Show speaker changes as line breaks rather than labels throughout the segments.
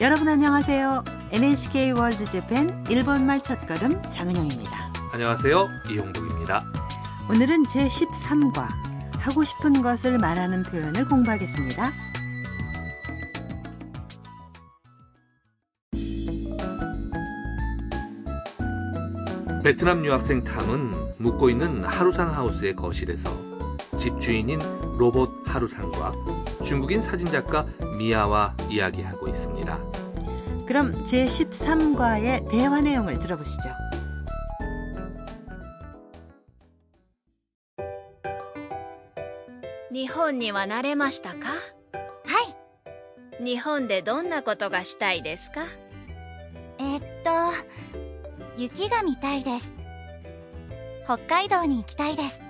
여러분 안녕하세요. NHK 월드 재팬 일본말 첫걸음 장은영입니다.
안녕하세요. 이용복입니다.
오늘은 제13과 하고 싶은 것을 말하는 표현을 공부하겠습니다.
베트남 유학생 탐은 묵고 있는 하루상 하우스의 거실에서 집주인인 로봇 하루상과 중국인 사진작가 미아와 이야기하고 있습니다.
그럼 제13과의 대화 내용을 들어보시죠.
日本には慣れましたかはい日本でどんなことがしたいですか
えっと雪が見たいです北海道に行きたいです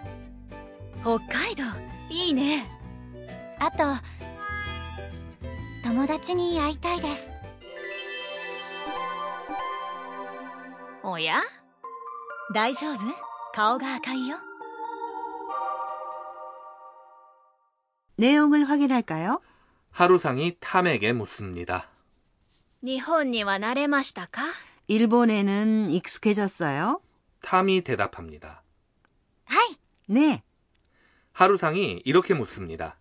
北海道いいね
あと友達に会いたいです
おや大丈夫顔が赤いよ
내용을 확인할까요?
하루상이 탐에게 묻습니다.
日本には慣れましたか
일본에는 익숙해졌어요?
탐이 대답합니다.
はい
네.
하루상이 이렇게 묻습니다.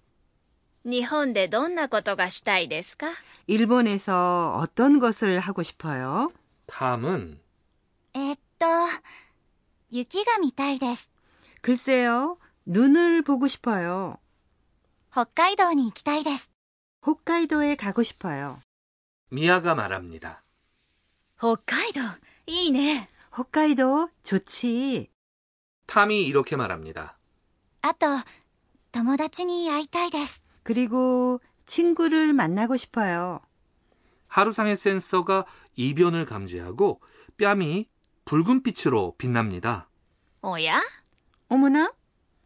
日本でどんなことがしたいですか
일본에서 어떤 것을 하고 싶어요?
탐은
えっと雪が見たいです
글쎄요. 눈을 보고 싶어요.
北海道に行きたいです
홋카이도에 가고 싶어요.
미아가 말합니다.
北海道いいね
홋카이도 좋지.
탐이 이렇게 말합니다.
あと友達に会いたいです
그리고 친구를 만나고 싶어요.
하루상의 센서가 이변을 감지하고 뺨이 붉은빛으로 빛납니다.
おや
어머나?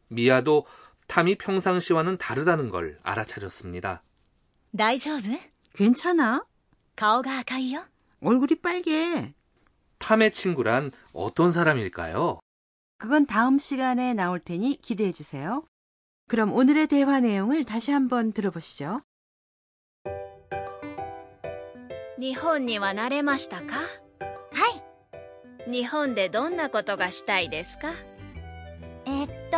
미아도 탐이 평상시와는 다르다는 걸 알아차렸습니다.
大丈夫
괜찮아?
顔が赤いよ
얼굴이 빨개.
탐의 친구란 어떤 사람일까요?
그건 다음 시간에 나올 테니 기대해 주세요. 그럼 오늘의 대화 내용을 다시 한번 들어보시죠.
日本には慣れましたかはい日本でどんなことがしたいですか
えっと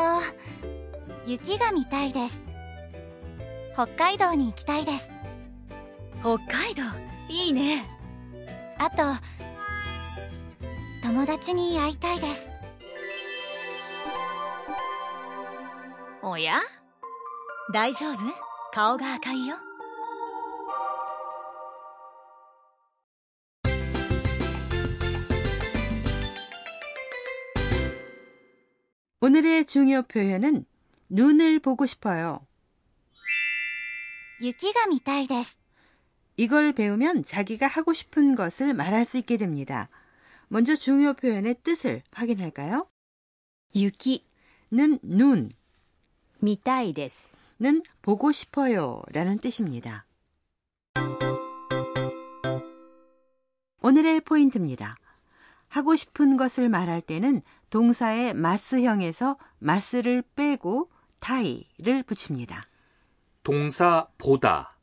雪が見たいです北海道に行きたいです
北海道いいね
あと友達に会いたいです
おや大丈夫顔が赤いよ
오늘의 중요 표현은 눈을 보고 싶어요.
雪が見たいです
이걸 배우면 자기가 하고 싶은 것을 말할 수 있게 됩니다. 먼저 중요 표현의 뜻을 확인할까요?
雪
는 눈,
見たいです
는 보고 싶어요 라는 뜻입니다. 오늘의 포인트입니다. 하고 싶은 것을 말할 때는 동사의 마스형에서 마스를 빼고 타이를 붙입니다.
동사 보다,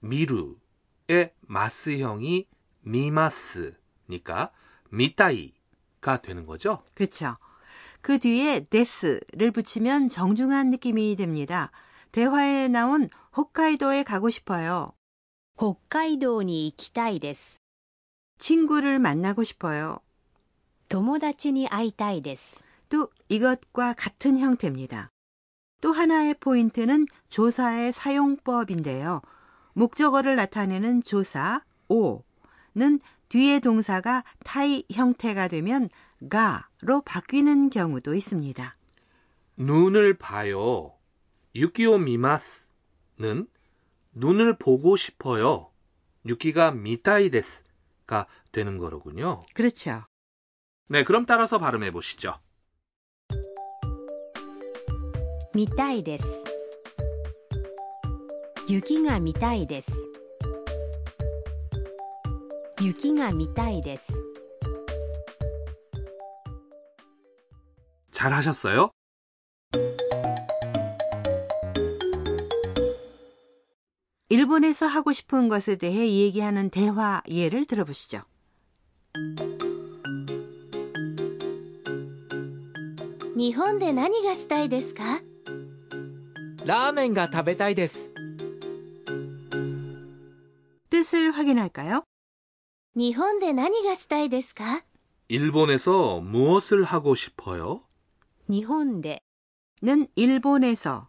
미루의 마스형이 미마스니까 미타이가 되는 거죠.
그렇죠. 그 뒤에 데스를 붙이면 정중한 느낌이 됩니다. 대화에 나온 홋카이도에 가고 싶어요.
北海道に行きたいです
친구를 만나고 싶어요.
友達に会いたいです
또 이것과 같은 형태입니다. 또 하나의 포인트는 조사의 사용법인데요. 목적어를 나타내는 조사 오는 뒤에 동사가 타이 형태가 되면 가로 바뀌는 경우도 있습니다.
눈을 봐요. 유키오 미마스는 눈을 보고 싶어요. 유키가 미타이 데스가 되는 거로군요.
그렇죠.
네, 그럼 따라서 발음해 보시죠.
見たいです雪が見たいです雪が見たいです
잘하셨어요?
일본에서 하고 싶은 것에 대해 얘기하는 대화 예를 들어보시죠.
日本で何がしたいですか
ラーメンが食べたいです。
뜻을 확인할까요?
日本で何がしたいですか
일본에서 무엇을 하고 싶어요?
日本で
는 일본에서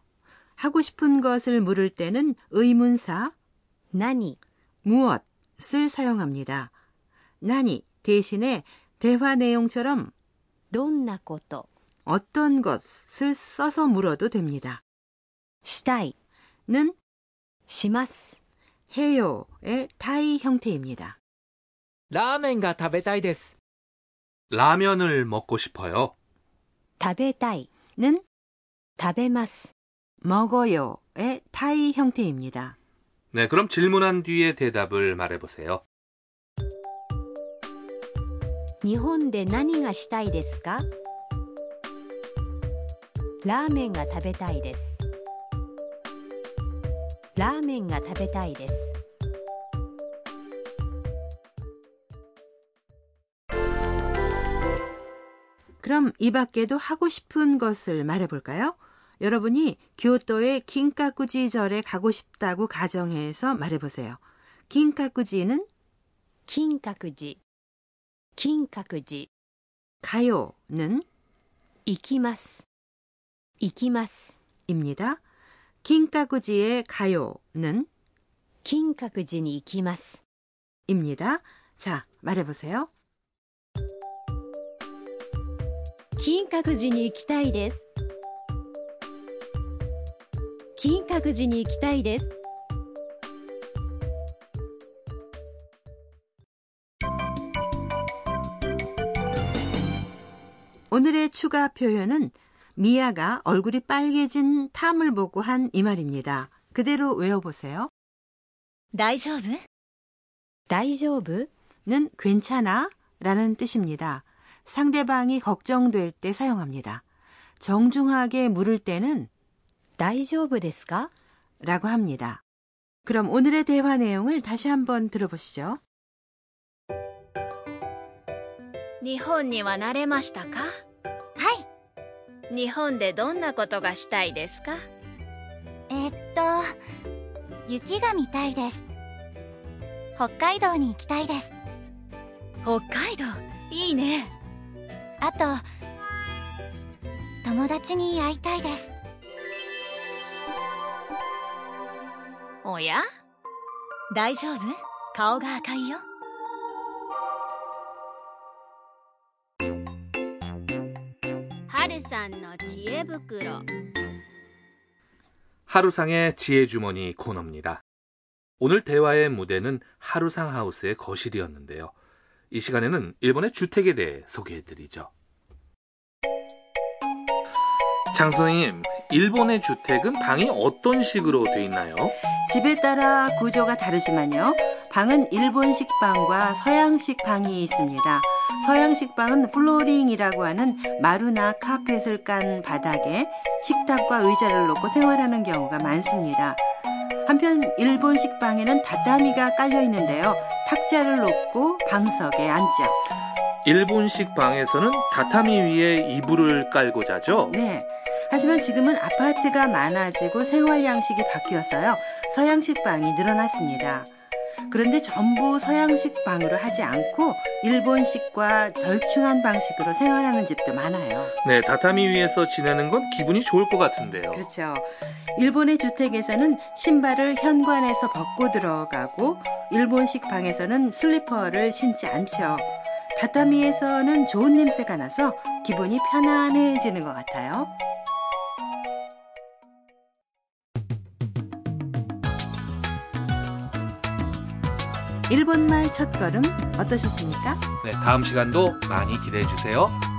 하고 싶은 것을 물을 때는 의문사
何
무엇을 사용합니다. 나니 대신에 대화 내용처럼
どんなこと
어떤 것을 써서 물어도 됩니다.
したい
는
します
해요의 타이 형태입니다.
ラーメンが食べたいです。
라면을 먹고 싶어요.
食べたい
는
食べます
먹어요의 타이 형태입니다.
네, 그럼 질문한 뒤에 대답을 말해보세요.
日本で何がしたいですかラーメンが食べたいですラーメンが食べたいです
그럼이 밖에도 하고 싶은 것을 말해볼까요? 여러분이 교토의 긴카쿠지 절에 가고 싶다고 가정해서 말해보세요. 긴카쿠지는
金閣寺金閣寺
가요는
行きます行きます
입니다. 긴카쿠지의 가요는
金閣寺に行きます
입니다. 자, 말해보세요.
金閣寺に行きたいです金閣寺に行きたいです
오늘의 추가 표현은 미아가 얼굴이 빨개진 탐을 보고 한 이 말입니다. 그대로 외워보세요.
大丈夫大丈夫
는 괜찮아 라는 뜻입니다. 상대방이 걱정될 때 사용합니다. 정중하게 물을 때는
大丈夫ですか
라고 합니다. 그럼 오늘의 대화 내용을 다시 한번 들어보시죠.
日本には慣れましたかはい日本でどんなことがしたいですか
えっと雪が見たいです北海道に行きたいです
北海道いいね
あと友達に会いたいです
おや大丈夫顔が赤いよ
春さんの知恵袋
하루상의 지혜주머니 코너입니다. 오늘 대화의 무대는 하루상 하우스의 거실이었는데요. 이 시간에는 일본의 주택에 대해 소개해드리죠. 장선생님, 일본의 주택은 방이 어떤 식으로 돼 있나요?
집에 따라 구조가 다르지만요. 방은 일본식 방과 서양식 방이 있습니다. 서양식 방은 플로링이라고 하는 마루나 카펫을 깐 바닥에 식탁과 의자를 놓고 생활하는 경우가 많습니다. 한편 일본식 방에는 다다미가 깔려 있는데요. 탁자를 놓고 방석에 앉죠.
일본식 방에서는 다타미 위에 이불을 깔고 자죠?
네. 하지만 지금은 아파트가 많아지고 생활 양식이 바뀌어서요. 서양식 방이 늘어났습니다. 그런데 전부 서양식 방으로 하지 않고 일본식과 절충한 방식으로 생활하는 집도 많아요.
네, 다타미 위에서 지내는 건 기분이 좋을 것 같은데요.
그렇죠. 일본의 주택에서는 신발을 현관에서 벗고 들어가고 일본식 방에서는 슬리퍼를 신지 않죠. 다타미에서는 좋은 냄새가 나서 기분이 편안해지는 것 같아요. 일본말 첫걸음 어떠셨습니까?
네, 다음 시간도 많이 기대해 주세요.